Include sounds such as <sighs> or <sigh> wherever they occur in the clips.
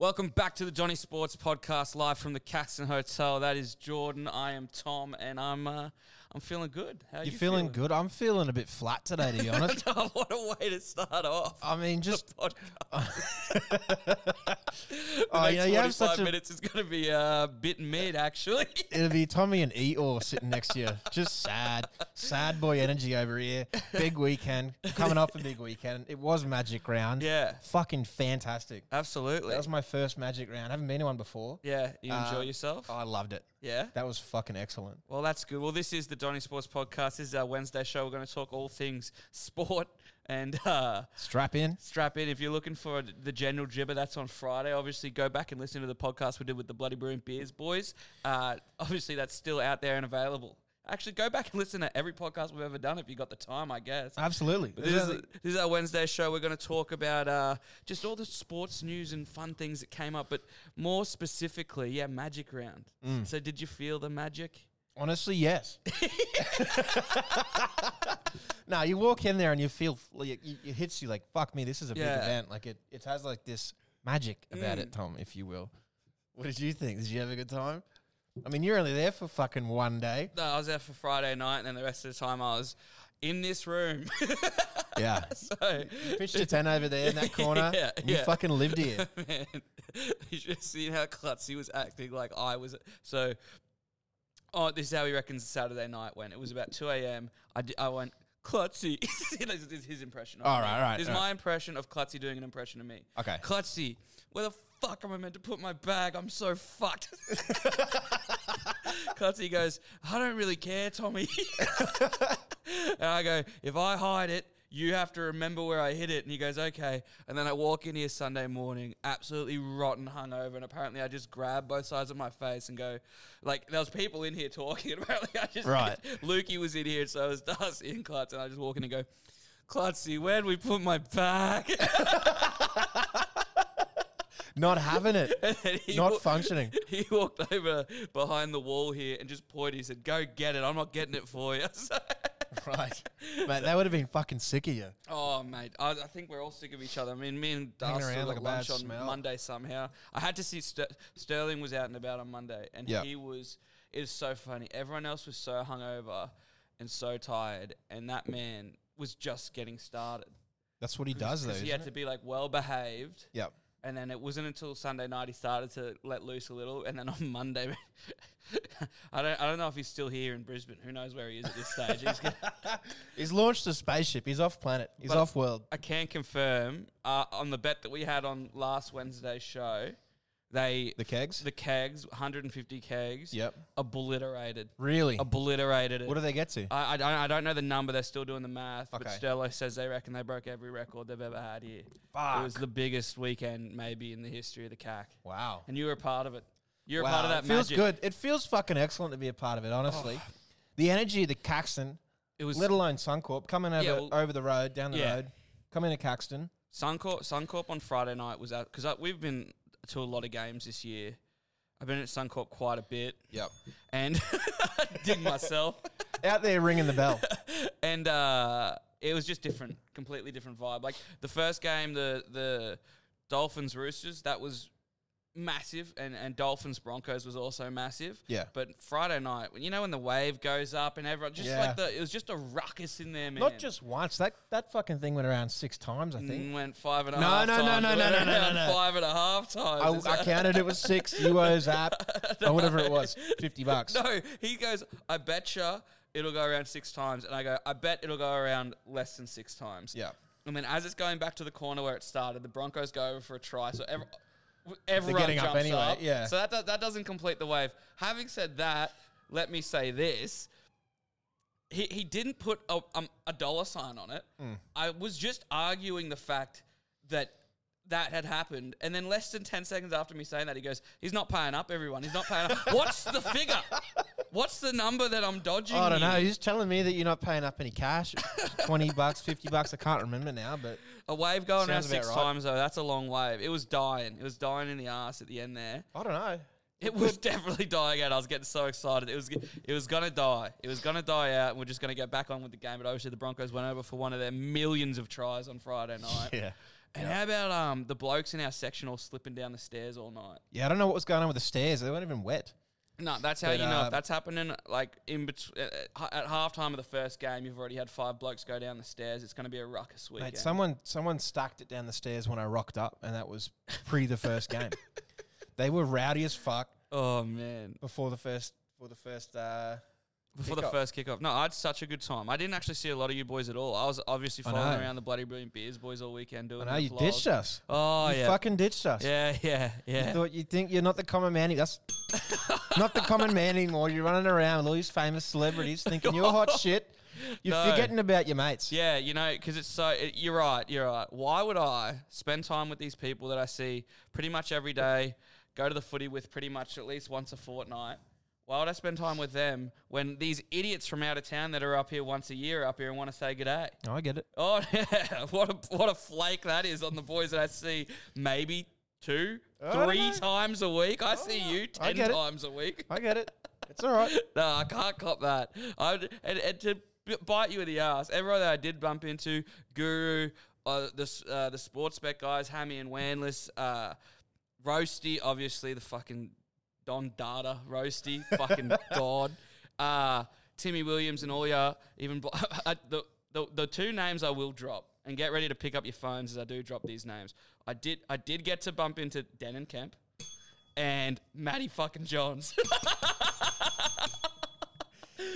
Welcome back to the Johnny Sports Podcast, live from the Caxton Hotel. That is Jordan. I am Tom, and I'm uh, I'm feeling good. How are you You're Oh, feeling, good. I'm feeling a bit flat today, to <laughs> be honest. Oh, what a way to start off I mean, just the podcast. oh, Next yeah, you 45 have such a. minutes is going to be a bit mid, actually. <laughs> It'll be Tommy and Eeyore sitting next to you. Just sad, sad boy energy over here. Big weekend coming off a big weekend. It was magic round. Yeah. fucking fantastic. Absolutely. That was my first magic round. I haven't been to one before. yeah, you enjoy Uh, yourself? Oh, I loved it. yeah. That was fucking excellent. Well, that's good. Well, this is the Donny Sports Podcast. This is our Wednesday show. We're going to talk all things sport and uh, Strap in. strap in. If you're looking for the general gibber, that's on Friday. Obviously, go back and listen to the podcast we did with the Bloody Brewing Beers boys. Uh, obviously, that's still out there and available. Actually, go back and listen to every podcast we've ever done if you got the time, I guess. Uh, Absolutely. But this, is, this is our Wednesday show. We're going to talk about uh, just all the sports news and fun things that came up, but more specifically, yeah, magic round. So, did you feel the magic? <laughs> Honestly, yes. <laughs> no, you walk in there and you feel like it it hits you like fuck me. This is a Yeah. Mm. big event. Like it, it has like this magic about it, Tom, if you will. What did you think? Did you have a good time? I mean, you're only there for fucking one <laughs> day. No, I was there for Friday night, and then the rest of the time I was in this room. <laughs> Yeah, so, pitched a tent over there <laughs> in that corner. Yeah, and you yeah. fucking lived here. <laughs> man, you should have seen how klutzy was acting like I was. So, oh, this is how he reckons Saturday night went. It was about 2 a.m. I, d- I went, klutzy. <laughs> this is his impression. of All me. right, all right, This is all right. my impression of klutzy doing an impression of me. Okay. Klutzy, where the fuck am I meant to put my bag? I'm so fucked. <laughs> Klutzy goes, I don't really care, Tommy. <laughs> And I go, if I hide it, you have to remember where I hid it. And he goes, okay. And then I walk in here Sunday morning, absolutely rotten hungover. And apparently I just grab both sides of my face and go, like, there was people in here talking. <laughs> And apparently I just, Right. Lukey was in here. So it was Darcy and Klutz. And I just walk in and go, Klutzy, where'd we put my bag? <laughs> Not having it. <laughs> And then he Not wa- <laughs> functioning. He walked over behind the wall here and just pointed. He said, go get it. I'm not getting it for you. <laughs> So- Right. Mate, that would have been fucking sick of you. Oh mate, I, I think we're all sick of each other. I mean, me and Hanging Darcy around had like a bad lunch on smell. Monday somehow. I had to see Ster- Sterling was out and about on Monday, and Yeah. he was. It is so funny. Everyone else was so hungover and so tired, and that man was just getting started. That's what he <laughs> does though. Because he Yeah. had to be like well behaved. Yep. And then it wasn't until Sunday night he started to let loose a little, and then on Monday, <laughs> I don't, I don't know if he's still here in Brisbane. Who knows where he is at this stage? <laughs> He's gonna- He's launched a spaceship. He's off planet. He's But- off world. I can confirm uh, on the bet that we had on last Wednesday's show, they The kegs. the kegs, 150 kegs, Yep. obliterated, Really? obliterated it. What do they get to? I, I don't I don't know the number. They're still doing the math. But Okay. Sterlo says they reckon they broke every record they've ever had here. It was the biggest weekend maybe in the history of the CAC, Wow. and you were a part of it. You're a part of that it feels magic. good. It feels fucking excellent to be a part of it, honestly. The energy of the Caxton, It was let alone Suncorp, coming over, Yeah, well- over the road, down the Yeah. road, coming to Caxton. Suncorp, Suncorp on Friday night was out because we've been to a lot of games this year. I've been at Suncorp quite a bit. Yep. and <laughs> dig myself. Out there ringing the <laughs> bell. And uh, it was just different, completely different vibe. Like the first game, the the Dolphins Roosters, that was massive, and and Dolphins Broncos was also massive. Yeah. But Friday night, when you know when the wave goes up and everyone just Yeah. like the it was just a ruckus in there, man. Not just once. That that fucking thing went around six times, I think. Mm, went five and a No, half no, no, times. no, It went no, no, <laughs> no, around no, no. Five and a half times. It's I, I like- counted it was six. Euros app or whatever it was. Fifty bucks. <laughs> No, he goes, I betcha it'll go around six times. And I go, I bet it'll go around less than six times. Yeah. And then as it's going back to the corner where it started, the Broncos go over for a try. So every, everyone getting up jumps up anyway, yeah. So that, do- that doesn't complete the wave. Having said that, let me say this. He, he didn't put a, um, a dollar sign on it. Hmm. I was just arguing the fact that that had happened. And then less than 10 seconds after me saying that, he goes, he's not paying up, everyone. He's not paying <laughs> up. What's the figure? What's the number that I'm dodging? I don't here? know. You're just telling me that you're not paying up any cash. Twenty bucks, fifty bucks. I can't remember now, but A wave going around Sounds about six right. times though. That's a long wave. It was dying. It was dying in the ass at the end there. I <laughs> don't know. It was definitely dying out. I was getting so excited. It was g- it was gonna die. It was gonna die out. And we're just gonna get back on with the game. But obviously the Broncos went over for one of their millions of tries on Friday night. <laughs> Yeah. And how about um the blokes in our section all slipping down the stairs all night? Yeah, I don't know what was going on with the stairs. They weren't even wet. No, that's how But, you know uh, if that's happening. Like in between at, at halftime of the first game, you've already had five blokes go down the stairs. It's going to be a ruckus weekend. Mate, someone someone stacked it down the stairs when I rocked up, and that was pre the first <laughs> game. They were rowdy as fuck oh man! before the first before the first uh, Before the Kickoff. first kickoff, no, I had such a good time. I didn't actually see a lot of you boys at all. I was obviously I following know. around the bloody brilliant beers boys all weekend doing. I know the you vlogs. ditched us. Oh you yeah. fucking ditched us. yeah, yeah, yeah, You thought you think you're not the common man. <laughs> That's not the common man anymore. You're running around with all these famous celebrities, thinking you're <laughs> hot shit. You're No. forgetting about your mates. yeah. You know, because it's so. It, you're right. You're right. Why would I spend time with these people that I see pretty much every day? Go to the footy with pretty much at least once a fortnight. Why would I spend time with them when these idiots from out of town that are up here once a year are up here and want to say good day? No, I get it. <laughs> Oh yeah, what a what a flake that is on the boys that I see maybe two, I don't three know. times a week. I see you I ten get it. times a week. I get it. It's all right. no, I can't cop that. I and, and to b- bite you in the ass, everyone that I did bump into, Guru, uh, the s- uh, the sports bet guys, Hammy and Wanless, uh, Roasty, obviously the fucking Don Data, Roasty, fucking god, uh, Timmy Williams and all ya. Even bl- <laughs> I- the, the the two names I will drop. And get ready to pick up your phones as I do drop these names. I did. I did get to bump into Denon Kemp and Matty fucking Johns. <laughs>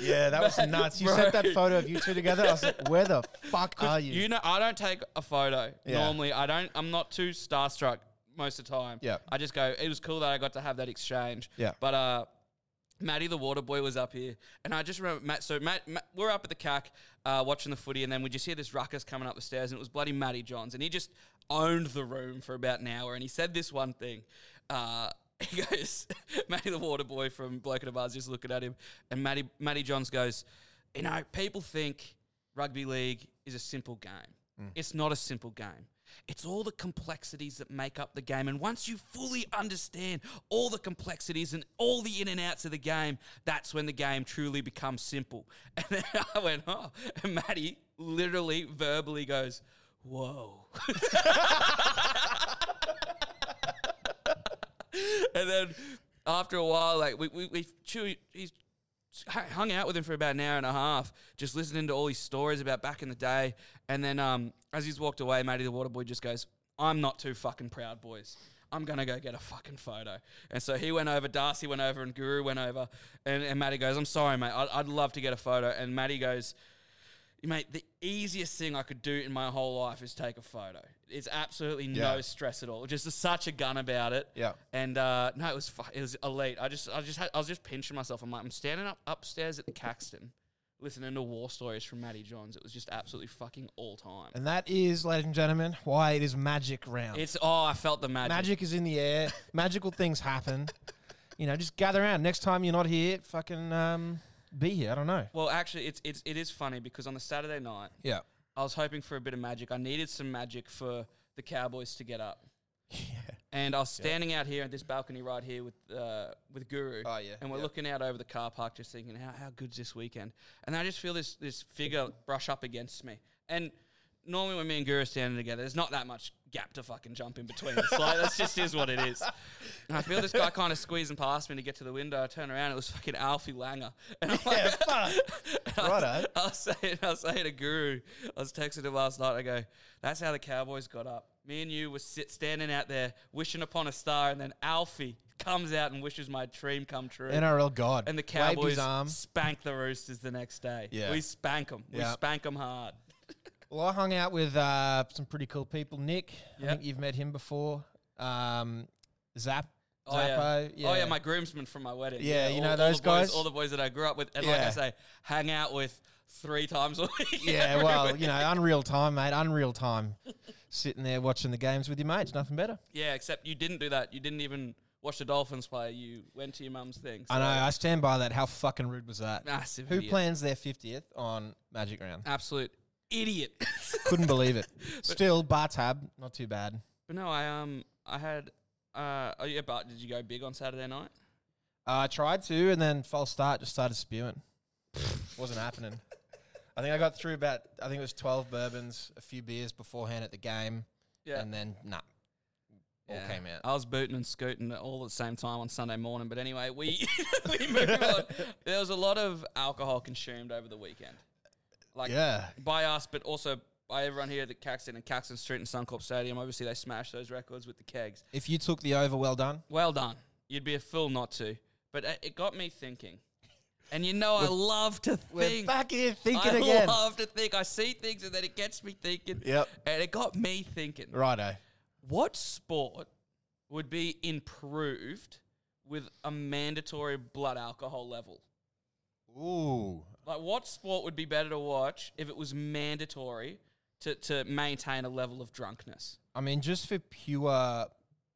Yeah, that <laughs> was nuts. You bro. sent that photo of you two together. I was like, where <laughs> the fuck are you? You know, I don't take a photo Yeah. normally. I don't. I'm not too starstruck most of the time. Yeah. I just go. It was cool that I got to have that exchange. Yeah. But uh, Matty the water boy was up here, and I just remember Matt. So Matt, Matt we're up at the CAC uh, watching the footy, and then we just hear this ruckus coming up the stairs, and it was bloody Matty Johns, and he just owned the room for about an hour, and he said this one thing. Uh, <laughs> he goes, Matty the water boy from Bloke at a Bar's just looking at him, and Matty Matty Johns goes, you know, people think rugby league is a simple game. It's not a simple game. It's all the complexities that make up the game. And once you fully understand all the complexities and all the in and outs of the game, that's when the game truly becomes simple. <laughs> And then I went, oh, and Maddie literally verbally goes, whoa. <laughs> and then after a while, like we we, we chew, he's hung out with him for about an hour and a half, just listening to all his stories about back in the day. And then um, as he's walked away, Matty the water boy just goes, "I'm not too fucking proud, boys." I'm gonna go get a fucking photo. And so he went over, Darcy went over, and Guru went over. And, and Matty goes, I'm sorry, mate, I'd, I'd love to get a photo. And Matty goes, mate, the easiest thing I could do in my whole life is take a photo. It's absolutely Yeah. no stress at all. Just such a gun about it. Yeah. And uh, no, it was fu- it was elite. I just I just had, I was just pinching myself. I'm like I'm standing up upstairs at the Caxton, listening to war stories from Matty Johns. It was just absolutely fucking all time. and that is, ladies and gentlemen, why it is magic round. It's oh I felt the magic. magic is in the air. Magical things happen. You know, just gather around. Next time you're not here, fucking um, be here. I don't know. Well, actually, it's it's it is funny because on the Saturday night Yeah. I was hoping for a bit of magic. I needed some magic for the Cowboys to get up. <laughs> Yeah. And I was standing out here at this balcony right here with uh, with Guru. Oh, yeah, And we're yeah. looking out over the car park, just thinking, how how good's this weekend? And I just feel this this <laughs> figure brush up against me. And normally when me and Guru are standing together, there's not that much gap to fucking jump in between. It's like that's just is what it is. And I feel this guy kind of squeezing past me to get to the window. I turn around, it was fucking Alfie Langer. And I'm Yeah, like, fuck. I was- Righto. <laughs> I was saying, I was saying to Guru, I was texting him last night. I go, that's how the Cowboys got up. Me and you were sit, standing out there wishing upon a star, and then Alfie comes out and wishes my dream come true. And, NRL God. the uh, Waved Cowboys his arm. spank the Roosters the next day. Yeah. We spank them. We Yeah. spank them hard. Well, I hung out with uh, some pretty cool people. Nick, I Yep. think you've met him before. Um, Zap. Oh yeah. Zappo, oh yeah, my groomsmen from my wedding. Yeah, you know all- all those the boys- guys? all the boys that I grew up with, and like Yeah. I say, hang out with three times a week. <laughs> Yeah, well, you know, unreal time, mate. Unreal time. Sitting there watching the games with your mates, nothing better. Yeah, except you didn't do that. You didn't even watch the Dolphins play. You went to your mum's thing. I know. So, I stand by that. How fucking rude was that? Massive Who idiot. plans their fiftieth on <laughs> Magic Round? Absolute idiot. <laughs> Couldn't believe it. Still, bar tab, not too bad. but no, I um, I had uh, oh yeah, but did you go big on Saturday night? Uh, I tried to, and then false start just started spewing. <laughs> Wasn't happening. I think I got through about I think it was twelve bourbons, a few beers beforehand at the game, Yeah. And then, nah, all Yeah. came out. I was booting and scooting all at the same time on Sunday morning. But anyway, we <laughs> we move on. There was a lot of alcohol consumed over the weekend, like yeah. by us, but also by everyone here at the Caxton and Caxton Street and Suncorp Stadium. Obviously, they smashed those records with the kegs. If you took the over, well done. Well done. You'd be a fool not to. But uh, it got me thinking. And you know, I love to think. back here <laughs> thinking I again. love to think. I see things and then it gets me thinking. Yep. And it got me thinking. Righto. What sport would be improved with a mandatory blood alcohol level? Ooh. Like, what sport would be better to watch if it was mandatory to, to maintain a level of drunkenness? I mean, just for pure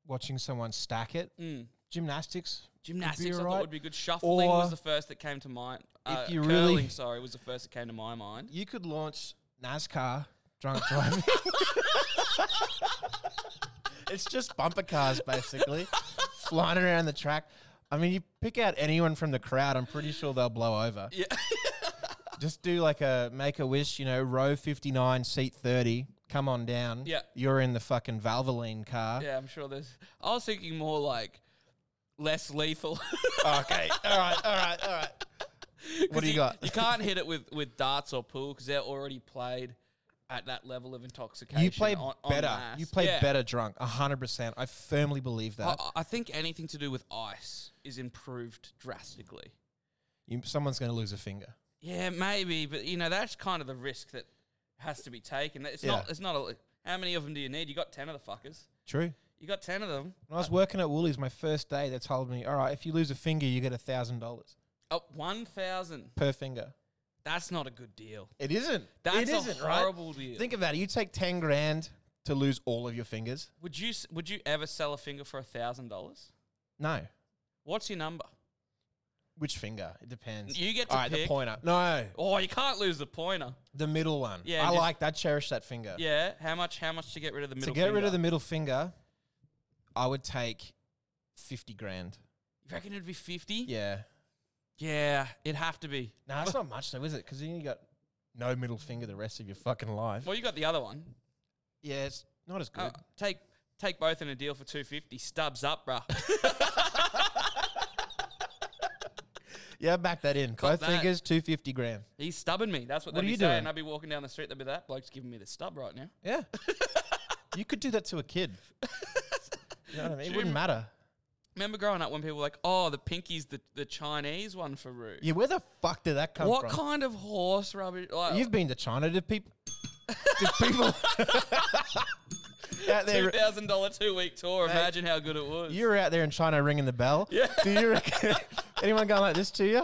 watching someone stack it, Mm. gymnastics. Gymnastics, I alright. thought would be good. Shuffling Or was the first that came to mind. if Uh, you curling, really- sorry, was the first that came to my mind. You could launch NASCAR drunk driving. <laughs> it's just bumper cars, basically, <laughs> flying around the track. I mean, you pick out anyone from the crowd, I'm pretty sure they'll blow over. <laughs> Yeah. Just do like a make a wish, you know, row 59, seat 30, come on down. Yeah. You're in the fucking Valvoline car. yeah, I'm sure there's. I was thinking more like less lethal. <laughs> <laughs> Okay. All right. All right. All right. What do you got? You can't hit it with, with darts or pool because they're already played at that level of intoxication. You play on, on better. mass. You play Yeah. Oh. better drunk. hundred percent. I firmly believe that. I, I think anything to do with ice is improved drastically. You, someone's going to lose a finger. Yeah, maybe, but you know that's kind of the risk that has to be taken. It's not. Yeah. It's not. A, how many of them do you need? You got ten of the fuckers. True. Uh, You got ten of them. When I was working at Woolies, my first day, they told me, "All right, if you lose a finger, you get a thousand dollars Oh, one thousand. per finger." That's not a good deal. It isn't. That's it a isn't horrible right. deal. Think about it. You take ten grand to lose all of your fingers. Would you s- Would you ever sell a finger for a thousand dollars? No. What's your number? Which finger? It depends. You get to all right. The pick. pointer. No, Oh, you can't lose the pointer. the middle one. Yeah, I just- like that. Cherish that finger. Yeah. How much? How much to get rid of the to middle? get rid finger? of the middle finger, I would take fifty grand. You reckon it'd be fifty? Yeah. Yeah, it'd have to be. No, that's not much though, is it? Because you got no middle finger the rest of your fucking life. Well, you got the other one. Yeah, it's not as good. Uh, take take both in a deal for two fifty. Stubs up, <laughs> bruh. yeah, back that in. Both that. fingers, two fifty grand. He's stubbing me. That's what, What they'd are be you saying. doing? I'd be walking down the street. They'd be that bloke's giving me the stub right now. Yeah, <laughs> you could do that to a kid. <laughs> you know what I mean? It wouldn't matter. Remember growing up when people were like, "Oh, the pinky's the, the Chinese one for Roo." Yeah, where the fuck did that come what from? kind of horse rubbish? Like, You've been to China? Did people? did <laughs> people <laughs> out two there? thousand dollar two week tour. Imagine how good it was. You were out there in China ringing the bell. Yeah. Do <laughs> you reckon anyone going like this to you?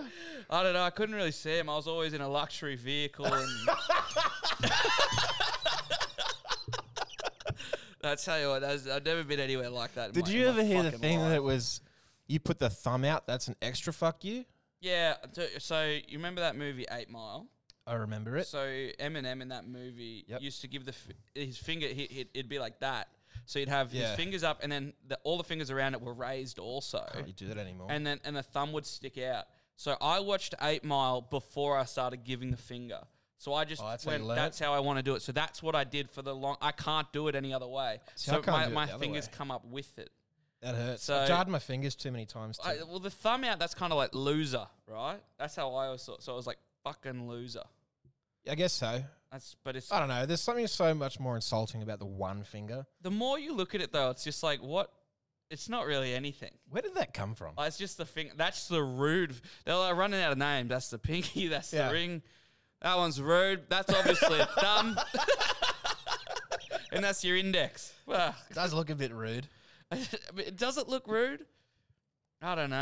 I don't know. I couldn't really see him. I was always in a luxury vehicle. <laughs> And I tell you what, that was- I've never been anywhere like that. in Did my- you in my ever hear the fucking thing life. that it was? You put the thumb out. That's an extra fuck you. Yeah. So, so you remember that movie Eight Mile? I remember it. So Eminem in that movie Yep. used to give the f- his finger. He, he, it'd be like that. So you'd have his Yeah. fingers up, and then the, all the fingers around it were raised also, Can't you do that anymore? and then and the thumb would stick out. So I watched Eight Mile before I started giving the finger. So I just Oh, that's how you went. learn that's how I want to do it. So that's what I did for the long. I can't do it any other way. See, I so can't my, do it my the other fingers way. come up with it. that hurts. so- I jarred my fingers too many times. Too. I, well, the thumb out. That's kind of like loser, right? That's how I always thought. So I was like fucking loser. I guess so. That's but it's I don't know. There's something so much more insulting about the one finger. the more you look at it though, it's just like what it's not really anything. Where did that come from? Like, it's just the thing that's the rude they're like running out of names. That's the pinky, <laughs> that's Yeah. the ring. That one's rude. That's obviously a thumb. and that's your index. <laughs> Well, It does look a bit rude. it doesn't look rude. I don't know.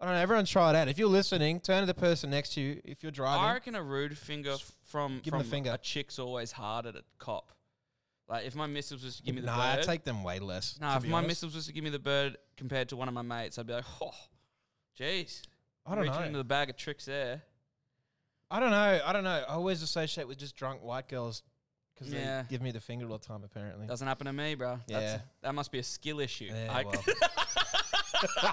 I don't know. Everyone try it out. If you're listening, turn to the person next to you. If I you're driving, reckon a rude finger f- from, Give 'em from the finger. a chick's always hard at a cop. Like if my missus was to give me the nah, I bird, take them way less. nah, to if be my honest. missus was to give me the bird compared to one of my mates, I'd be like, oh, jeez. I don't Reaching know. into the bag of tricks there. I don't know. I don't know. I always associate with just drunk white girls because Yeah. they give me the finger all the time. Apparently, Doesn't happen to me, bro. That's, Yeah. that must be a skill issue. Yeah, I- <laughs> well.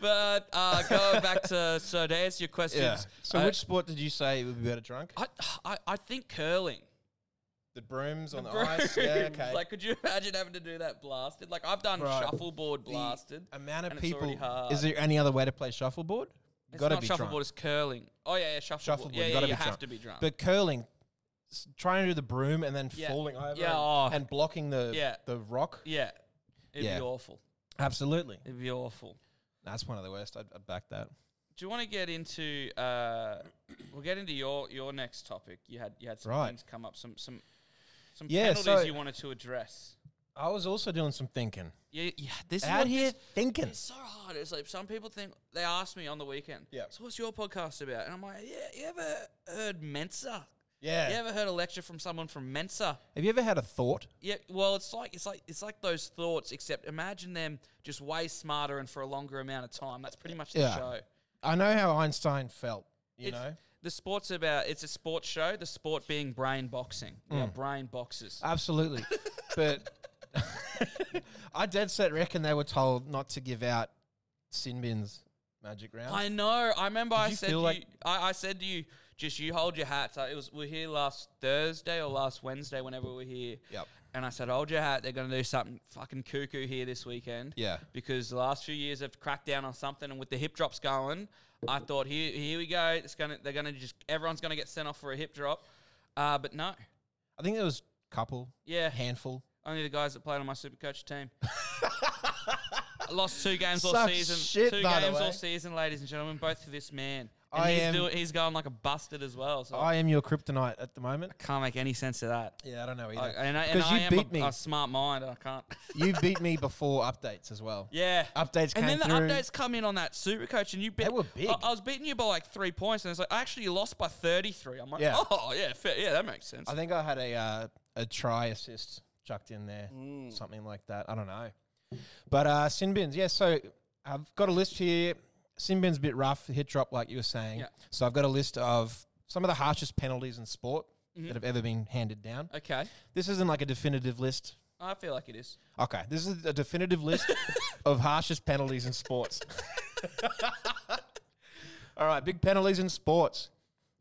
but uh, going back to so to answer your questions, uh, So, I, Oh, which sport did you say would be better drunk? I, I I think curling. The brooms on the, <laughs> ice. Yeah, okay. Like, could you imagine having to do that blasted? Like, I've done Right. shuffleboard The blasted. amount of and it's already people. hard. Is there any other way to play shuffleboard? It's Gotta not be shuffleboard, drunk. it's curling. Oh, yeah, yeah, shuffleboard. Shuffleboard, yeah, you yeah, gotta you be have drunk. to be drunk. But curling, s- trying to do the broom and then Yeah. falling over Yeah, and- oh. and blocking the Yeah. the rock. yeah, it'd Yeah. be awful. Absolutely, It'd be awful. that's one of the worst. I'd, I'd back that. Do you want to get into? Uh, we'll get into your your next topic. You had you had some Right. things come up, some some some Yeah, penalties so- you wanted to address. I was also doing some thinking Yeah, yeah. This is out what here this- thinking. It's so hard. It's like some people think they ask me on the weekend. Yeah. So what's your podcast about? And I'm like, yeah. You ever heard Mensa? Yeah. You ever heard a lecture from someone from Mensa? Have you ever had a thought? Yeah. Well, it's like it's like it's like those thoughts, except imagine them just way smarter and for a longer amount of time. That's pretty much the Yeah. show. I know how Einstein felt. You It's- know, The sport's about it's a sports show. The sport being brain boxing. Mm. Yeah, brain boxers. <laughs> absolutely. but <laughs> I dead set reckon they were told not to give out sin bins magic round. I know. I remember I you said feel to like- you, I, I said to you, just you hold your hats. I- It was we were here last Thursday or last Wednesday, whenever we were here. Yep. And I said, hold your hat. They're going to do something fucking cuckoo here this weekend. Yeah. Because the last few years have cracked down on something, and with the hip drops going, I thought here here we go. It's gonna they're gonna just everyone's gonna get sent off for a hip drop. Uh, but no. I think there was a couple, Yeah. handful. Only the guys that played on my supercoach <laughs> team. I lost two games all Such season. shit, two by the games way. all season, ladies and gentlemen, both for this man. And I he's, am- doing, he's going like a busted as well. So I I am your kryptonite at the moment. can't make any sense of that. Yeah, I don't know I, either. and I, and 'Cause I you am beat a, me. a smart mind. and I can't. you beat me before updates as well. yeah. Updates and came then the through. updates come in on that supercoach, and you beat. They were big. I, I was beating you by like three points, and it's like actually you lost by thirty three. I'm like, Yeah. oh yeah, fair, yeah, that makes sense. I think I had a uh, a try assist chucked in there, something like that. I don't know. But uh, sin bins, yeah. So I've got a list here. Sin bins a bit rough, hit drop, like you were saying. Yeah. So I've got a list of some of the harshest penalties in sport that have ever been handed down. okay, This isn't like a definitive list. I feel like it is. Okay, this is a <laughs> definitive list of harshest penalties in sports. <laughs> All right, big penalties in sports.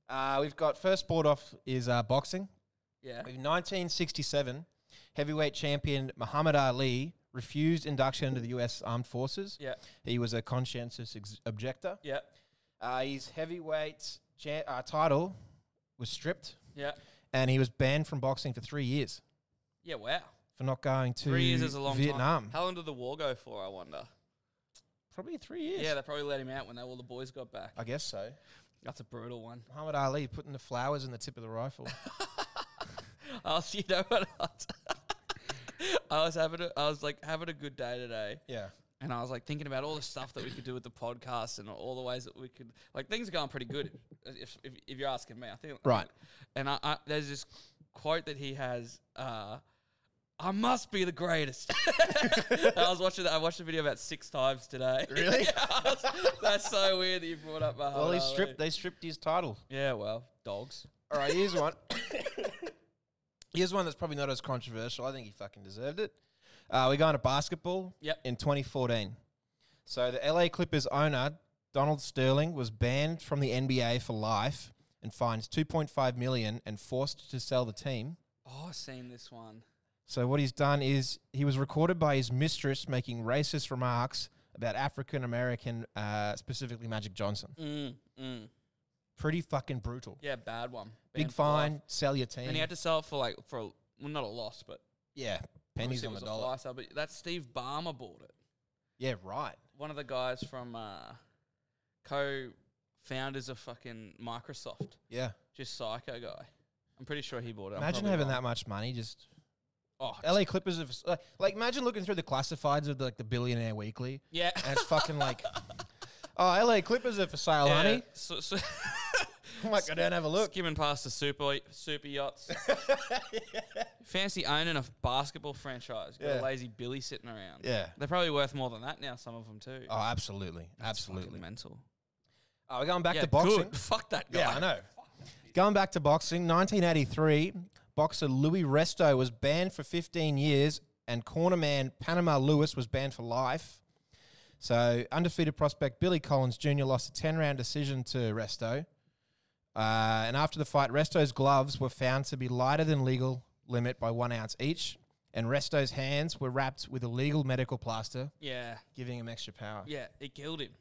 Uh, we've got first sport off is uh, boxing. Yeah. In 1967, heavyweight champion Muhammad Ali refused induction into the U.S. Armed Forces. Yeah. He was a conscientious ex- objector. Yeah. Uh, his heavyweight cha- uh, title was stripped, Yeah. and he was banned from boxing for three years Yeah. Wow. for not going to Three years is a long Vietnam. time. How long did the war go for? I wonder. Probably three years. Yeah, they probably let him out when they, all the boys got back. I guess so. That's a brutal one. Muhammad Ali putting the flowers in the tip of the rifle. <laughs> I was, <laughs> you know what? I was, I was having, a, I was like having a good day today, yeah. and I was like thinking about all the stuff that we could do with the podcast and all the ways that we could, like things are going pretty good. If if, if you're asking me, I think Right. And I, I there's this quote that he has. Uh, I must be the greatest. <laughs> I was watching that. I watched the video about six times today. <laughs> Really? Yeah, I was- that's so weird that you brought up. Muhammad Well, he Ali. stripped. They stripped his title. Yeah, well, dogs. All right, here's <laughs> one. here's one that's probably not as controversial. I think he fucking deserved it. Uh, we're going to basketball. Yep. In 2014, so the LA Clippers owner Donald Sterling was banned from the NBA for life and fined 2.5 million and forced to sell the team. Oh, I've seen this one. So what he's done is he was recorded by his mistress making racist remarks about African American, uh, specifically Magic Johnson. Mm, mm. Pretty fucking brutal. Yeah, bad one. Big Banned for life. fine. Sell your team. And he had to sell it for like for a- well, not a loss, but yeah, pennies obviously it on the was a dollar. fly sale. But that Steve Barmer bought it. Yeah, right. One of the guys from uh, co-founders of fucking Microsoft, Yeah. just psycho guy. I'm pretty sure he bought it. I'm Imagine probably having wrong. that much money. Just Oh, LA Clippers have like, like imagine looking through the classifieds of the, like the Billionaire Weekly, <laughs> yeah. and it's <laughs> fucking like, oh, LA Clippers are for sale, Yeah, honey. So, so <laughs> I'm like, I don't have a look. skimming past the super super <laughs> yachts. Fancy owning a basketball franchise. Got Yeah. a lazy Billy sitting around. Yeah. They're probably worth more than that now. Some of them too. Oh, absolutely, Fucking absolutely. mental. Oh, we're going back yeah, to boxing. Good. <laughs> Fuck that guy. Yeah, I know. Going back to boxing, 1983, boxer Louis Resto was banned for 15 years, and cornerman Panama Lewis was banned for life. So, undefeated prospect Billy Collins Jr. lost a 10 round decision to Resto. Uh, and after the fight, Resto's gloves were found to be lighter than legal limit by one ounce each, and Resto's hands were wrapped with illegal medical plaster, Yeah, giving him extra power. yeah, it killed him.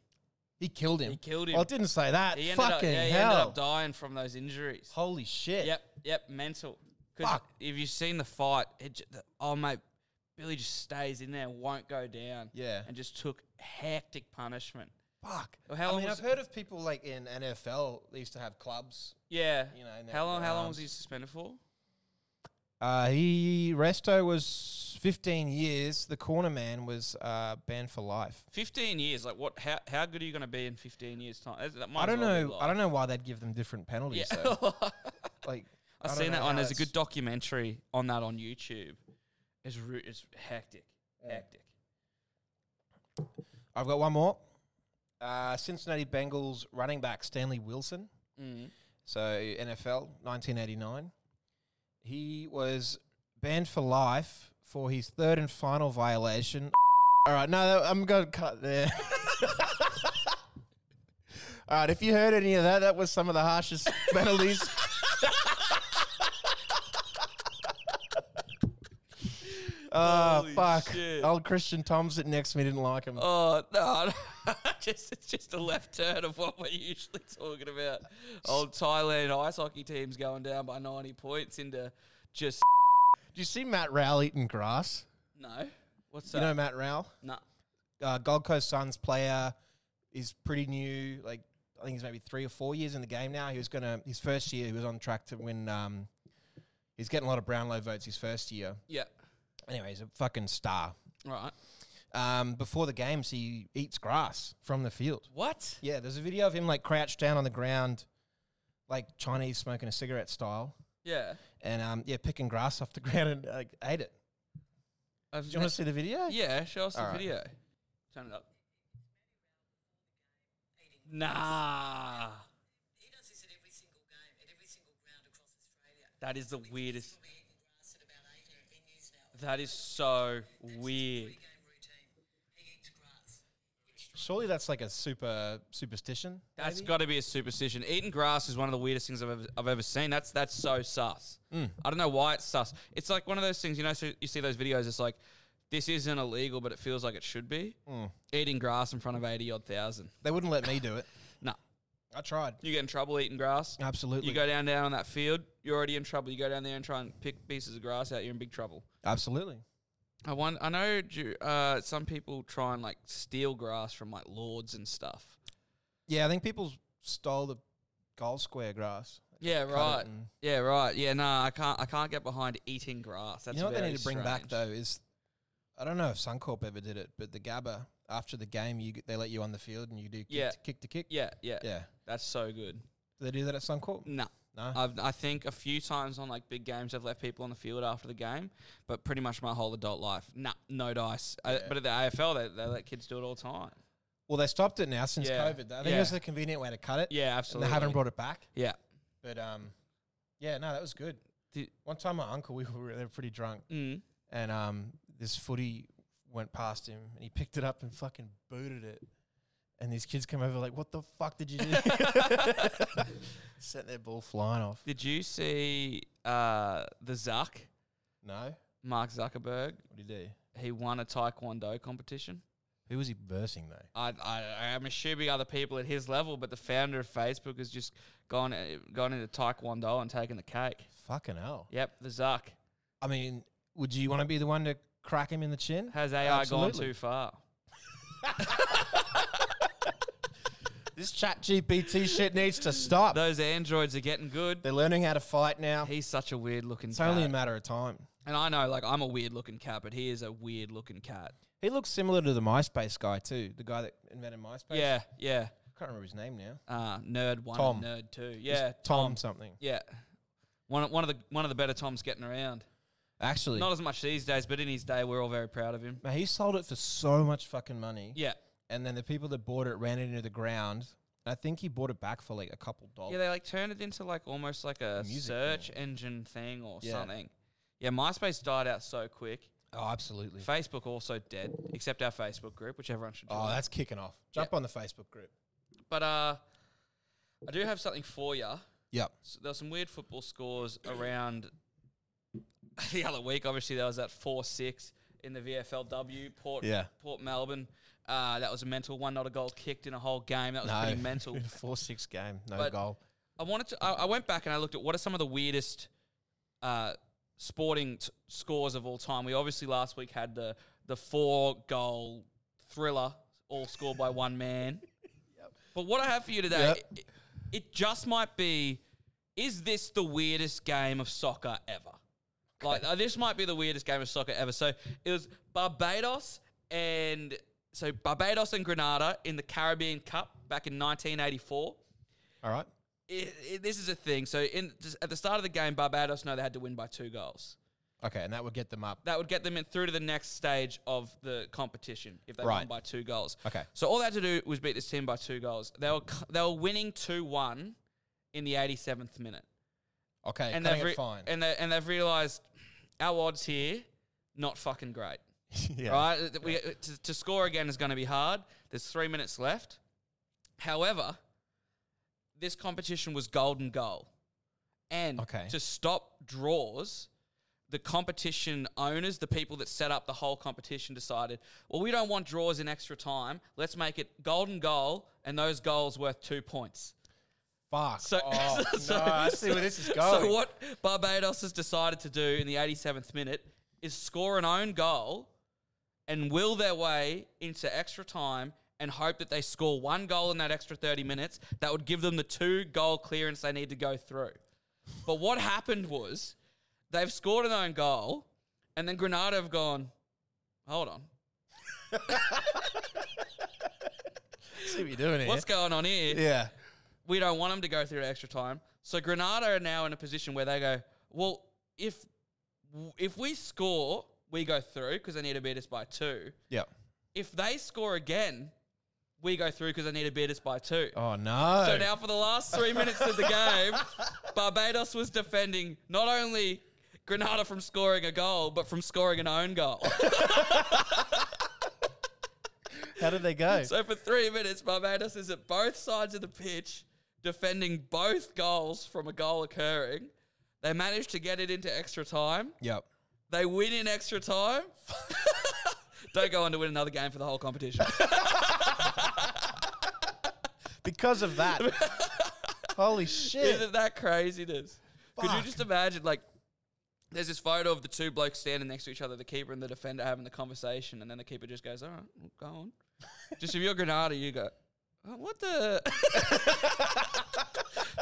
He killed him. He killed him. Well, I didn't say that. He ended, up, Fucking yeah, he hell. ended up dying from those injuries. Holy shit. Yep, yep, mental. 'Cause Fuck. if you've seen the fight, it, j- the- oh mate, Billy just stays in there, won't go down. Yeah. and just took hectic punishment. Fuck. Well, how I long mean, was- I've heard of people like in NFL. They used to have clubs. Yeah, You know, and how that- long? How long was um, he suspended for? Uh, he Resto was 15 years. The corner man was uh, banned for life. Fifteen years. Like what? How how good are you going to be in fifteen years' time? That's- That might I as don't well be know. life. I don't know why they'd give them different penalties. though. <laughs> Yeah. Like I I've don't seen know that one. how There's a that's- good documentary on that on YouTube. It's ru- it's hectic, hectic. I've got one more. Uh, Cincinnati Bengals running back Stanley Wilson. Mm. So NFL 1989. He was banned for life for his third and final violation. <laughs> All right, no, I'm going to cut there. <laughs> All right, if you heard any of that, that was some of the harshest <laughs> penalties. Oh, Holy fuck. shit. Old Christian Tom sitting next to me didn't like him. Oh no! <laughs> just it's just a left turn of what we're usually talking about. Old Thailand ice hockey teams going down by ninety points into just Do you see Matt Rowell eating grass? no. What's You know that? Matt Rowell? No. uh, Gold Coast Suns player. is pretty new. Like I think he's maybe three or four years in the game now. He was gonna his first year. He was on track to win. Um, he's getting a lot of Brownlow votes his first year. Yeah. Anyway, he's a fucking star. Right. Um, before the games, he eats grass from the field. What? Yeah, there's a video of him like crouched down on the ground, like Chinese smoking a cigarette style, Yeah. and um, yeah, picking grass <laughs> off the ground and like ate it. I've Do you want to see the video? Yeah. Show us the All right. video. Turn it up. Nah. He does this at every single game, at every single ground across Australia. That is the weirdest. Probably eating grass at about 18 venues now. That is so weird. Game routine. He eats grass. Surely that's like a super superstition. That's maybe? got to be a superstition. Eating grass is one of the weirdest things I've ever, I've ever seen. That's that's so sus. Mm. I don't know why it's sus. It's like one of those things, you know. So you see those videos. It's like this isn't illegal, but it feels like it should be. Mm. Eating grass in front of eighty odd thousand. They wouldn't let me do it. <laughs> No, I tried. you get in trouble eating grass. Absolutely. You go down down on that field, you're already in trouble. You go down there and try and pick pieces of grass out, you're in big trouble. Absolutely. I want. I know ju- uh, some people try and like steal grass from like lords and stuff. Yeah, I think people stole the goal square grass. Yeah, cut it right. and- Yeah, right. Yeah, no, I can't. I can't get behind eating grass. That's you know what they very need to bring back strange. though is, I don't know if Suncorp ever did it, but the Gabba after the game, you get- they let you on the field and you do kick Yeah. to kick to kick. Yeah, Mm. yeah, yeah. That's so good. Do they do that at Suncorp? <laughs> No, No. I've, I think a few times on like big games, I've left people on the field after the game, but pretty much my whole adult life, no, no dice. I, but at the AFL, they, they let kids do it all the time. well, they stopped it now since Yeah. COVID. though. I think Yeah. it was the convenient way to cut it. Yeah, and absolutely. they haven't brought it back. Yeah, But um, yeah, no, that was good. Did- One time, my uncle, we were they were pretty drunk, mm. and um, this footy went past him, and he picked it up and fucking booted it. And these kids come over like, "What the fuck did <laughs> you do?" Sent their ball flying off. Did you see uh, the Zuck, No, what Mark Zuckerberg? did he do? He won a taekwondo competition. Who was he versing though? I, I I'm assuming other people at his level, but the founder of Facebook has just gone uh, gone into Taekwondo and taken the cake. Fucking hell! Yep, the Zuck I mean, would you want to be the one to crack him in the chin? <laughs> has AI gone Absolutely. too far. This Chat GPT shit needs to stop. Those androids are getting good. They're learning how to fight now. He's such a weird looking It's cat, only a matter of time. and I know like I'm a weird looking cat, but he is a weird looking cat. He looks similar to the MySpace guy too, the guy that invented MySpace. Yeah, yeah. can't remember his name now. Uh, nerd one, Tom. and nerd two. Yeah, Tom, something. yeah. One one of the one of the better Toms getting around. Actually, Not as much these days, but in his day, we're all very proud of him. Man, he sold it for so much fucking money. Yeah, And then the people that bought it ran it into the ground. And I think he bought it back for like a couple dollars. Yeah, they like turned it into like almost like a Oh. music search engine thing or Yeah. something. Yeah, MySpace died out so quick. oh, absolutely. Facebook also dead, except our Facebook group, which everyone should join. Oh, that's kicking off. Jump on the Facebook group. but uh, I do have something for you. Yep. <clears throat> So there were some weird football scores around <laughs> the other week, obviously, there was that 4 6 in the VFLW, Port, Yeah. Port Melbourne. Uh, that was a mental one, not a goal kicked in a whole game. That was pretty mental. <laughs> Four six game, no But- goal. I wanted to. I, I went back and I looked at what are some of the weirdest uh, sporting t- scores of all time. We obviously last week had the the four goal thriller, all scored by one man. But what I have for you today, Yep. it, it just might be: is this the weirdest game of soccer ever? Like uh, this might be the weirdest game of soccer ever. So it was Barbados and so Barbados and Grenada in the Caribbean Cup back in 1984 All right. it, it, this is a thing. So in at the start of the game, Barbados know they had to win by two goals. Okay, and that would get them up. That would get them in through to the next stage of the competition if they won Right. by two goals. Okay. So all they had to do was beat this team by two goals. They were c- they were winning two one in the eighty seventh minute, Okay, and cutting they've it re- fine. and they and they've realized our odds here not fucking great. <laughs> yeah. Right? Th- We, uh, to, to score again is going to be hard. There's three minutes left. However, this competition was golden goal. And Okay. to stop draws, the competition owners, the people that set up the whole competition, decided, well, we don't want draws in extra time. Let's make it golden goal, and those goals worth two points. Fuck. So, Oh, <laughs> so- no, I see where this is going. So what Barbados has decided to do in the 87th minute is score an own goal and will their way into extra time and hope that they score one goal in that extra 30 minutes that would give them the two goal clearance they need to go through. But what happened was they've scored an own goal and then Granada have gone, hold on, see what you're doing here. what's going on here? yeah. we don't want them to go through to extra time. So Granada are now in a position where they go, well, if if we score, we go through because they need to beat us by two. Yeah. If they score again, we go through because they need to beat us by two. Oh no. So now for the last three minutes of the game, Barbados was defending not only Granada from scoring a goal, but from scoring an own goal. how did they go? <laughs> So for three minutes, Barbados is at both sides of the pitch, defending both goals from a goal occurring. They manage to get it into extra time. yep. They win in extra time. <laughs> Don't go on to win another game for the whole competition. Because <laughs> of that. Holy shit. Isn't that craziness? Could you Fuck. just imagine, like, there's this photo of the two blokes standing next to each other, the keeper and the defender having the conversation, and then the keeper just goes, all right, well, go on. just if you're Granada, you go, "Oh, what the? <laughs>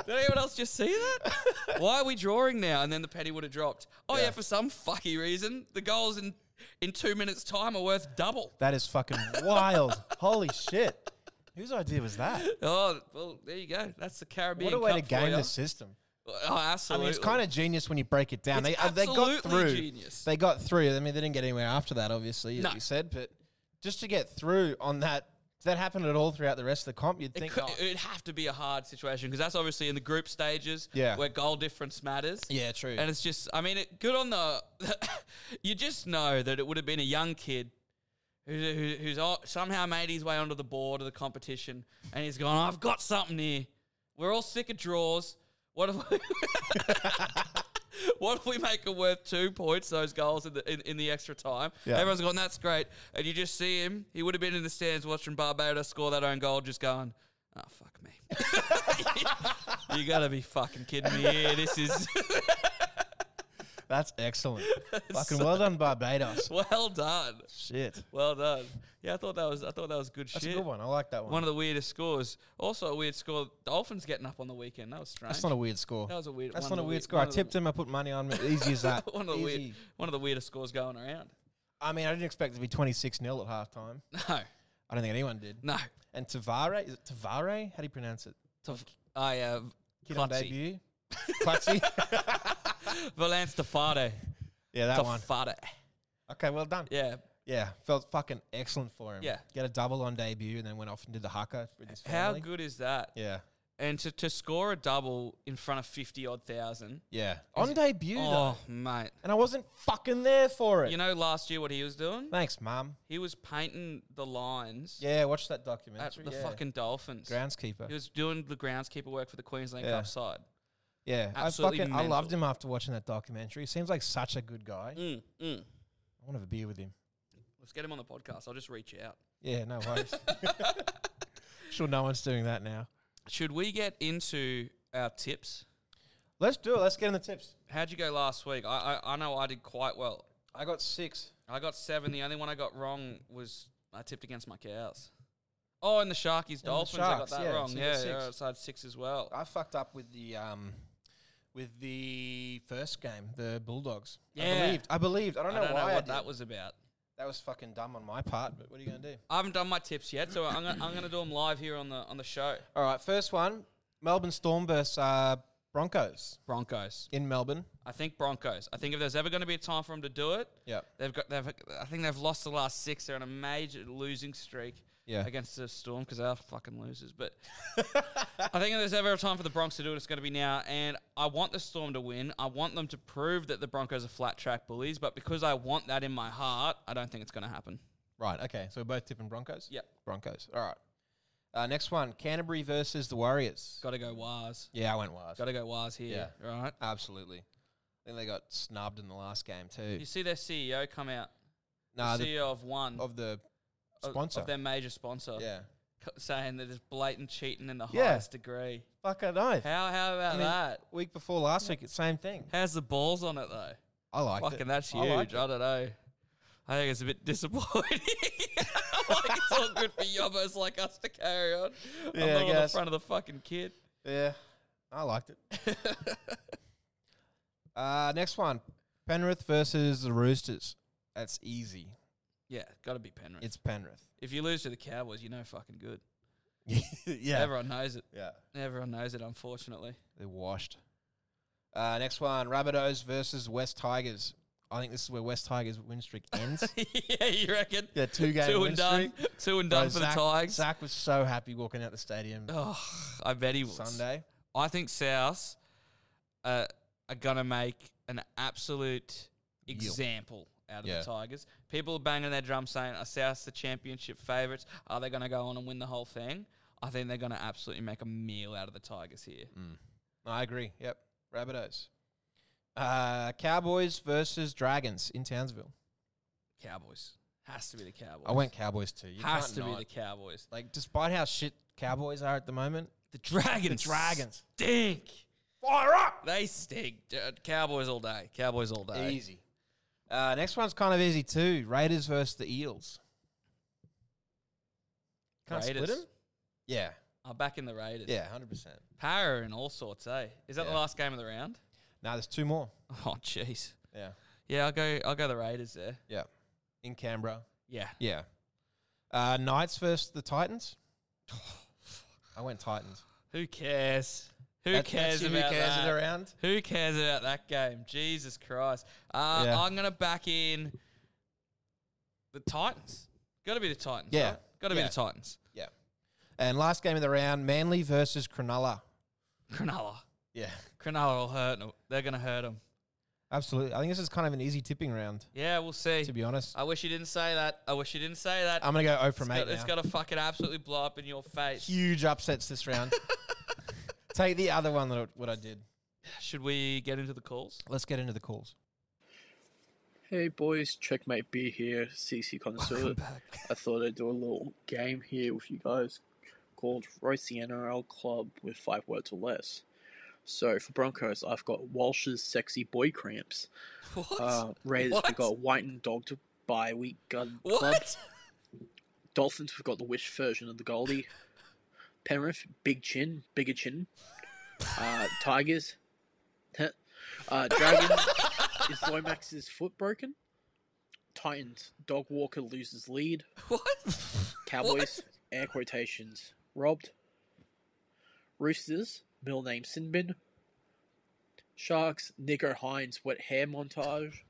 Did anyone else just see that? Why are we drawing now? And then the penny would have dropped. Oh, yeah, Yeah. for some fucky reason, the goals in, in two minutes' time are worth double. That is fucking wild. <laughs> Holy shit. Whose idea was that? Oh, well, there you go. That's the Caribbean What a way to Cup for game ya. the system. Oh, I absolutely. mean, it's kind of genius when you break it down. It's They, uh, they got absolutely through. genius. They got through. I mean, they didn't get anywhere after that, obviously, as No. you said. But just to get through on that, if that happened at all throughout the rest of the comp, you'd It think, could, oh, it'd have to be a hard situation because that's obviously in the group stages Yeah. where goal difference matters. yeah, true. And it's just, I mean, it, good on the. <laughs> you just know that it would have been a young kid who, who, who's o- somehow made his way onto the board of the competition and he's gone, I've got something here. We're all sick of draws. What if we, <laughs> what if we make it worth two points, those goals in the, in, in the extra time? Yeah. Everyone's gone, that's great. And you just see him, he would have been in the stands watching Barbados score that own goal, just going, oh, fuck me. <laughs> you got to be fucking kidding me here. This is. That's <laughs> excellent. fucking well done, Barbados. Well done. shit. Well done. Yeah, I thought that was I thought that was good That's shit. a good one. I like that one. One of the weirdest scores. Also a weird score. Dolphins getting up on the weekend. That was strange. That's not a weird score. That was a weird- That's one of not a the weird weird- score. one I of the- tipped him. I put money on him. <laughs> Easy as that. one of the weird Easy. one of the weirdest scores going around. <laughs> I mean, I didn't expect it to be 26 0 at halftime. No. I don't think anyone did. No. And Tavare, is it Tavare? How do you pronounce it? Tough. I uh Kid on Clutzy. debut. Clutzy. <laughs> Valence Tafade. yeah, that one. Tafade. Okay, well done. Yeah. Yeah, felt fucking excellent for him. Yeah. Get a double on debut and then went off and did the haka with his How family. good is that? Yeah. And to, to score a double in front of fifty odd thousand. Yeah. On debut, Oh though. mate. And I wasn't fucking there for it. You know last year what he was doing? Thanks, Mum. He was painting the lines Yeah, watch that at documentary. the yeah. fucking dolphins. groundskeeper. He was doing the groundskeeper work for the Queensland Yeah. Cup side. Yeah, Absolutely I fucking I loved mental. him after watching that documentary. He seems like such a good guy. Mm, mm. I want to have a beer with him. Let's get him on the podcast. I'll just reach out. Yeah, no worries. <laughs> sure, no one's doing that now. Should we get into our tips? Let's do it. Let's get in the tips. How'd you go last week? I, I, I know I did quite well. I got six. I got seven. The only one I got wrong was I tipped against my cows. Oh, and the Sharkies Dolphins. Sharks, I got that yeah, wrong. so you got yeah, six. yeah, so I had six as well. I fucked up with the um, with the first game, the Bulldogs. Yeah. I believed. I believed. I I don't know don't know, why I what did. that was about. That was fucking dumb on my part. But what are you gonna do? I haven't done my tips yet, so I'm gonna, I'm gonna do them live here on the on the show. All right, first one: Melbourne Storm versus uh, Broncos Broncos. in Melbourne. I think Broncos. I think if there's ever going to be a time for them to do it, Yeah. they've got. They've. I think they've lost the last six. They're on a major losing streak. Yeah. Against the Storm because they are fucking losers. But <laughs> I think if there's ever a time for the Bronx to do it, it's going to be now. And I want the Storm to win. I want them to prove that the Broncos are flat track bullies. But because I want that in my heart, I don't think it's going to happen. Right. Okay. So we're both tipping Broncos. Yep. Broncos. All right. Uh, next one: Canterbury versus the Warriors. Got to go Wars. yeah, I went last. Got to go Wars here. Right. Absolutely. Then they got snubbed in the last game too. You see their CEO come out. Nah, the Uh, the, CEO of one of the of- sponsor. of their major sponsor. yeah. c- saying that it's blatant cheating in the Yeah. highest degree. Fuck, I know. How how about I mean, that? Week before last week, it's same thing. How's the balls on it though? I like Fucking that's huge. I I, liked it. don't know. I think it's a bit disappointing. <laughs> like it's all good for yobbos like us to carry on. Yeah, I I'm not on the guess. front of the fucking kid. Yeah, I liked it. <laughs> uh, next one, Penrith versus the Roosters. That's easy. Yeah, gotta be Penrith. It's Penrith. if you lose to the Cowboys, you know fucking good. <laughs> yeah. Everyone knows it. Yeah. Everyone knows it, unfortunately. <laughs> They're washed. Uh, next one, Rabbitohs versus West Tigers. I think this is where West Tigers win streak <laughs> ends. yeah, you reckon? yeah, two game Two win and done. streak. Two and done Bro, for Zach- the Tigers. Zach was so happy walking out the stadium Oh, I bet he was. Sunday. I think South uh, are going to make an absolute example out of Yeah. the Tigers. People are banging their drum saying, are South the championship favourites? Are they going to go on and win the whole thing? I think they're going to absolutely make a meal out of the Tigers here. Mm. I agree. Yep. Rabbitohs. Uh, Cowboys versus Dragons in Townsville. Cowboys. Has to be the Cowboys. I went Cowboys too. You Has can't to not. be the Cowboys. Like, despite how shit Cowboys are at the moment, The Dragons. Dragons. Stink. fire up! They stink. dude. Cowboys all day. Cowboys all day. Easy. Uh, next one's kind of easy too. Raiders versus the Eels. Can't split Raiders. 'em? Yeah. Are back in the Raiders. Yeah, 100%. Power and all sorts, eh? Is that the Yeah. last game of the round? <laughs> Now there's two more. Oh, jeez. Yeah. Yeah, I'll go. I'll go the Raiders there. Yeah. In Canberra. Yeah. Yeah. Uh, Knights versus the Titans. <sighs> I went Titans. Who cares? Who That's- that's cares about who cares that? around? Who cares about that game? Jesus Christ! Uh, Yeah. I'm gonna back in the Titans. Got to be the Titans. Yeah. right? Got to Yeah. be the Titans. Yeah. And last game of the round, Manly versus Cronulla. Cronulla. Yeah. Cronulla will hurt. 'em. They're gonna hurt them. Absolutely. I think this is kind of an easy tipping round, Yeah, we'll see. to <laughs> be honest. I wish you didn't say that. I wish you didn't say that. I'm going to go 0 from It's 8 got- it's now. gonna fucking absolutely blow up in your face. Huge upsets <laughs> this round. Take the other one that I- what I did. Should we get into the calls? Let's get into the calls. Hey boys, Checkmate Beer here, <laughs> CC Consort. I thought I'd do a little game here with you guys called Roast the NRL Club with five words or less. So for Broncos, I've got Walsh's Sexy Boy Cramps. What? Uh, Raiders, What? we've got White and Dog to Bye Week Gun Club. what? Dolphins, we've got the Wish version of the Goldie. Penrith, Big Chin, Bigger Chin. Uh, Tigers, <laughs> uh, Dragons, is Lomax's foot broken? Titans, Dog Walker loses lead. <laughs> What? Cowboys, air quotations, robbed. Roosters, middle name Sinbin. Sharks, Nico Hines, wet hair montage.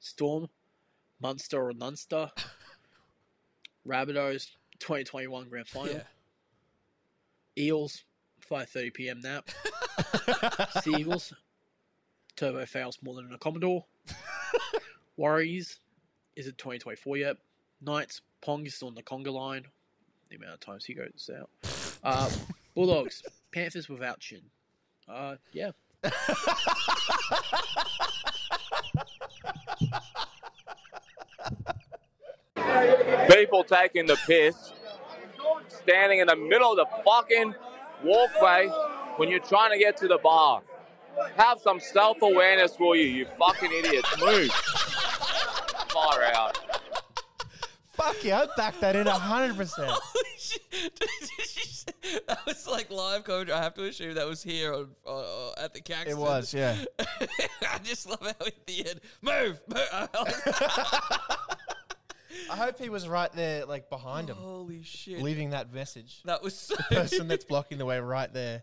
Storm, Munster or Nunster. Rabbitohs, 2021 grand final. Yeah. Eels, 5.30 p.m. nap. Seagulls, Turbo fails more than a Commodore. Worries, is it 2024 yet? Knights, Pong is still on the conga line. <laughs> The amount of times he goes out. Uh, Bulldogs, Panthers without chin. Uh, yeah. people taking the piss, standing in the middle of the fucking walkway when you're trying to get to the bar. Have some self awareness for you, you fucking idiots. Move. Far out. Fuck yeah, I back that in <laughs> hundred percent. Holy shit. that was like live coverage. I have to assume that was here on, uh, at the Caxton. It was, yeah. <laughs> I just love how at the end, move, <laughs> move. I hope he was right there, like behind him, Holy shit. leaving that <laughs> message. that was so. <laughs> Person that's blocking the way right there,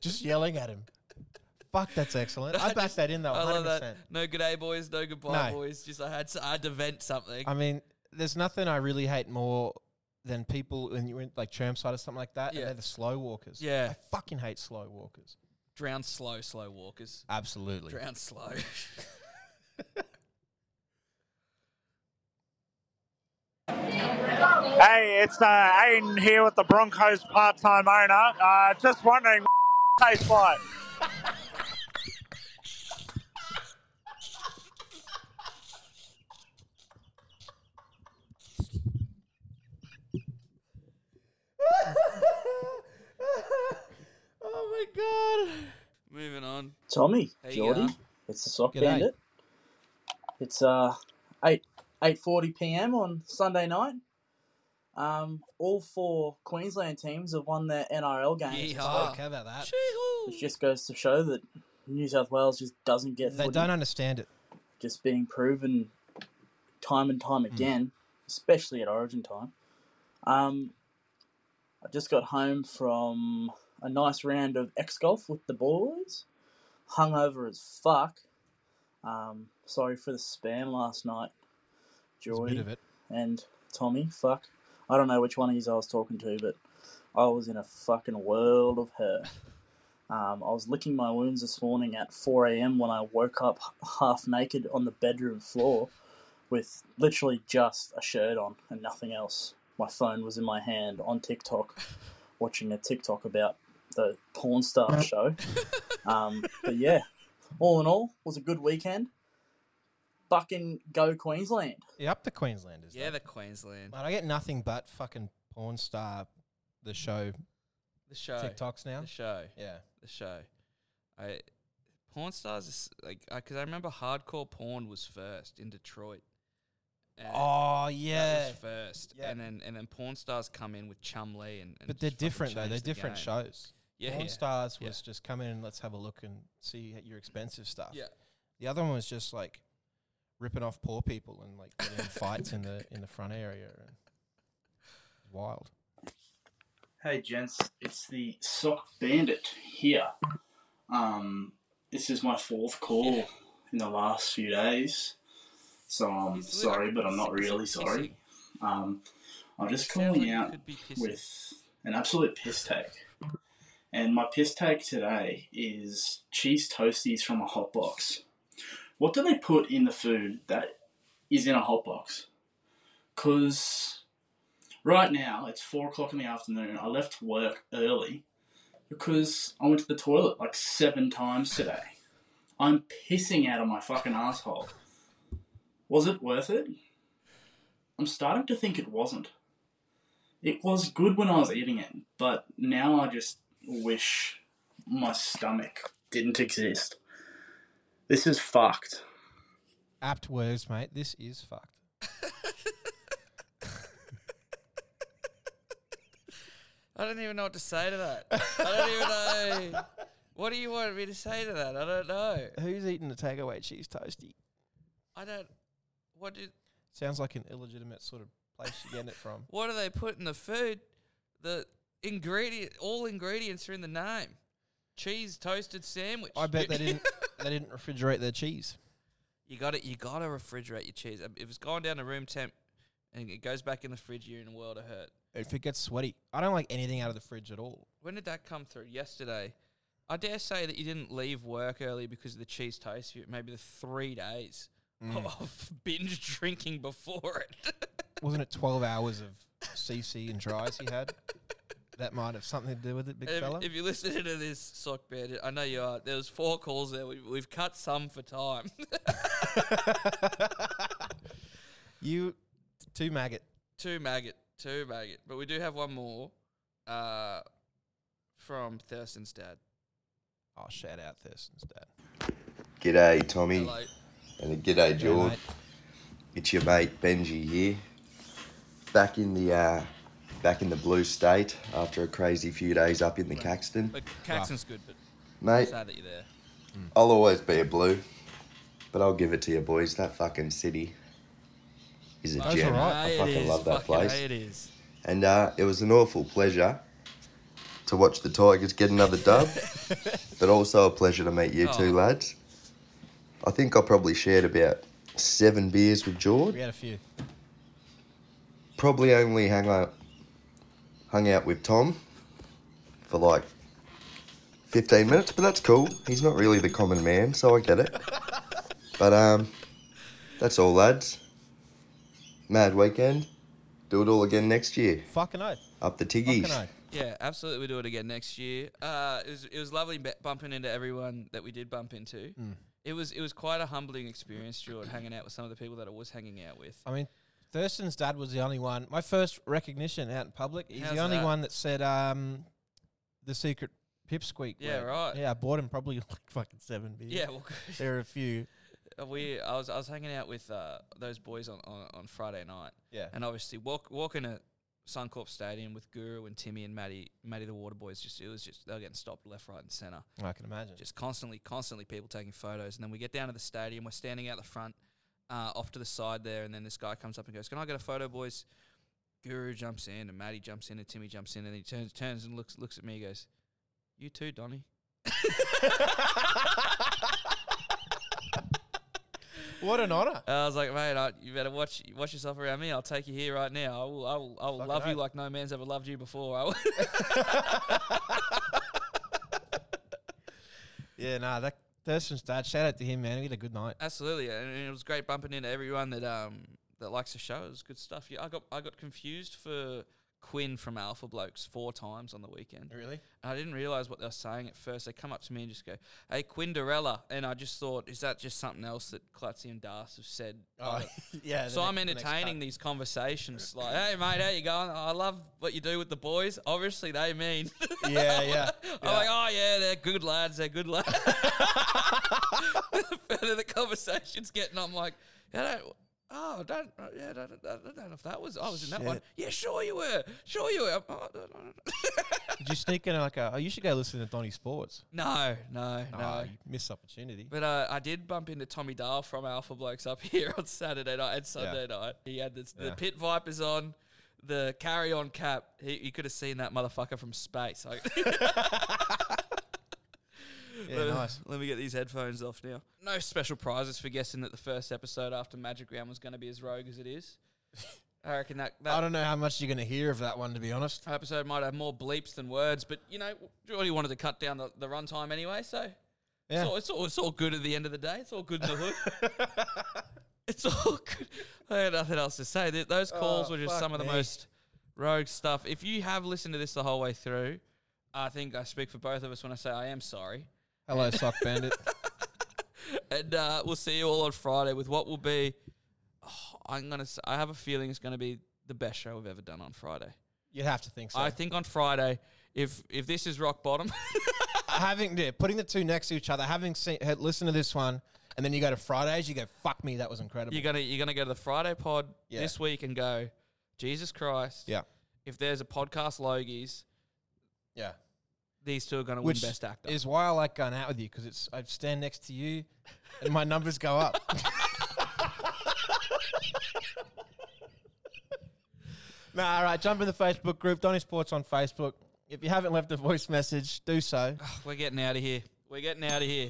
just yelling at him. Fuck, that's excellent. I back that in <laughs> though, I hundred love percent. that. No good day, boys. No goodbye, No. boys. Just I had to, I had to vent something. I mean, there's nothing I really hate more than people when you're in like Chermside or something like that, Yeah. and they're the slow walkers. Yeah. I fucking hate slow walkers. Drown slow, slow walkers. Absolutely. Drown slow. <laughs> Hey, it's uh, Aiden here with the Broncos part-time owner. Uh, just wondering, <laughs> what tastes like. <laughs> oh my god. Moving on. Tommy, Hey, Geordie, uh, it's the Sock G'day. Bandit. It's uh eight eight forty p.m. on Sunday night. Um, all four Queensland teams have won their NRL games. Yeehaw. Oh, care about that. Which just goes to show that New South Wales just doesn't get They footy, don't understand it. just being proven time and time Hmm. again, especially at Origin time. Um, I just got home from a nice round of X golf with the boys. Hungover as fuck. Um, sorry for the spam last night, It's a bit Geordie of it. and Tommy. Fuck. I don't know which one of you I was talking to, but I was in a fucking world of hurt. Um, I was licking my wounds this morning at 4 a.m. when I woke up h- half naked on the bedroom floor with literally just a shirt on and nothing else. My phone was in my hand on TikTok, watching a TikTok about the porn star show. Um, but yeah, all in all, was a good weekend. Fucking go Queensland. Yeah, up the Queenslanders. Yeah, though. the Queensland. But I get nothing but fucking porn star, the show The show. TikToks now. The show. Yeah. The show. I porn stars is like because I, remember hardcore porn was first in Detroit. And Oh that yeah. was first, Yeah. and then and then porn stars come in with Chum Lee and. and But they're just fucking different though. change They're the different game. shows. Yeah, porn yeah. stars Yeah. was just come in and let's have a look and see at your expensive stuff. Yeah. The other one was just like ripping off poor people and like getting in fights in the in the front area. And wild. Hey gents, it's the Sock Bandit here. Um, this is my fourth call in the last few days, so I'm He's lit- sorry, but I'm not he's- he's really sorry. pissing. Um, I'm just Sounds like calling he out could be pissing. with an absolute piss take, and my piss take today is cheese toasties from a hot box. What do they put in the food that is in a hot box? Cause right now it's four o'clock in the afternoon. I left work early because I went to the toilet like seven times today. I'm pissing out of my fucking asshole. Was it worth it? I'm starting to think it wasn't. It was good when I was eating it, but now I just wish my stomach didn't exist. This is fucked. Apt words, mate. This is fucked. I don't even know what to say to that. I don't <laughs> even know. What do you want me to say to that? I don't know. Who's eating the takeaway cheese toasty? I don't. What did? Sounds like an illegitimate sort of place you're getting <laughs> it from. What do they put in the food? The ingredient, all ingredients are in the name. Cheese toasted sandwich. I bet they didn't they didn't refrigerate their cheese. <laughs> You got to You got to refrigerate your cheese. If it's gone down to room temp and it goes back in the fridge, you're in a world of hurt. If it gets sweaty, I don't like anything out of the fridge at all. When did that come through? Yesterday. I dare say that you didn't leave work early because of the cheese toast. You- Maybe the three days Mm. of <laughs> binge drinking before it. Wasn't it twelve hours of CC and dries he had? that might have something to do with it, big If, fella. if you listen to this sock bandit, I know you are. There was four calls there. We, we've cut some for time. you two maggot. two maggot, two maggot. But we do have one more uh, from Thurston's dad. Oh, shout out Thurston's dad. G'day, Tommy, Hello. and a g'day, George. mate. it's your mate Benji here. Back in the uh, back in the blue state after a crazy few days up in the Caxton, But Caxton's good, but mate. sad that you're there. I'll always be a blue, but I'll give it to you, boys. That fucking city is a That's gem. alright. I Hey, fucking it is. love that Fucking place. hey, it is. And uh, it was an awful pleasure to watch the Tigers get another <laughs> dub, but also a pleasure to meet you two Oh. lads. I think I probably shared about seven beers with George. We had a few. Probably only hung out, hung out with Tom for like 15 minutes, but that's cool. He's not really the common man, so I get it. But um, that's all, lads. Mad weekend. Do it all again next year. Fucking oath. Up the Fucking tiggies. oath. Yeah, absolutely. We do it again next year. Uh, it was it was lovely b- bumping into everyone that we did bump into. Mm. It was it was quite a humbling experience, George, hanging out with some of the people that I was hanging out with. I mean, Thurston's dad was the only one. My first recognition out in public. He's How's the only that? one that said um, the secret pipsqueak. Yeah, word. right. Yeah, I bought him probably <laughs> like fucking seven beers. Yeah, well, <laughs> there are a few. we I was I was hanging out with uh, those boys on, on, on Friday night. Yeah. and obviously walk walking at Suncorp Stadium with Guru and Timmy and Maddie, Maddie the Water Boys. Just it was just they were getting stopped left, right, and center. I can imagine. just constantly, constantly people taking photos. And then we get down to the stadium, we're standing out the front, uh, off to the side there, and then this guy comes up and goes, "Can I get a photo, boys?" Guru jumps in, and Maddie jumps in, and Timmy jumps in, and he turns, turns and looks, looks at me, and goes, "You too, Donny." what an honor. I was like, "Mate, I, you better watch, watch yourself around me. I'll take you here right now. I will, I will, I will Fucking love you oath. like no man's ever loved you before." I will. Yeah, nah, that Thurston's dad. Shout out to him, man. We had a good night. Absolutely, and and it was great bumping into everyone that um that likes the show. It was good stuff. Yeah, I got I got confused for Quinn from Alpha Blokes four times on the weekend. Really? I didn't realize what they were saying at first. They come up to me and just go, "Hey, Quinderella," and I just thought, "Is that just something else that Clutzy and Das have said?" Oh, on it? <laughs> yeah. so I'm entertaining these conversations like, "Hey, mate, how you going? I love what you do with the boys. Obviously, they mean." <laughs> yeah, yeah. I'm like, oh yeah, they're good lads. They're good lads. <laughs> the further the conversation's getting, I'm like, I don't. Oh, don't. uh, Yeah, I don't, I don't know if that was. I was in that one. Shit. Yeah, sure you were. Sure you were. Oh, no, no, <laughs> no. Did you sneak in like a? Oh, you should go listen to Donny Sports. no, no, no. Oh, you missed opportunity. But uh, I did bump into Tommy Dahl from Alpha Blokes up <laughs> here on Saturday night and Sunday night. He had this, the Yeah. pit vipers on, the carry on cap. He, you could have seen that motherfucker from space. Like- <laughs> Yeah, nice. Let me get these headphones off now. No special prizes for guessing that the first episode after Magic Round was going to be as rogue as it <laughs> is. I reckon that, that I don't know how much you're going to hear of that one, to be honest. episode might have more bleeps than words, but you know, Geordie wanted to cut down the, the runtime anyway, so Yeah. it's, all, it's, all, it's all good at the end of the day. It's all good in the hood. <laughs> it's all good. I had nothing else to say. Th- Those calls Oh, were just fuck some of the me. most rogue stuff. If you have listened to this the whole way through, I think I speak for both of us when I say I am sorry. Hello, sock <laughs> bandit. And uh, we'll see you all on Friday with what will be. oh, I'm gonna. s- I have a feeling it's gonna be the best show we've ever done on Friday. You'd have to think so. I think on Friday, if if this is rock bottom, <laughs> Uh, having yeah, putting the two next to each other, having seen, had listened to this one, and then you go to Fridays, you go, "Fuck me, that was incredible." you're gonna you're gonna go to the Friday pod Yeah. this week and go, Jesus Christ! yeah, If there's a podcast Logies, yeah. these two are gonna Which win Best Actor. is why I like going out with you because it's I stand next to you, and my numbers <laughs> go up. nah, all right. Jump in the Facebook group, Donny Sports on Facebook. If you haven't left a voice message, do so. We're getting out of here. We're getting out of here.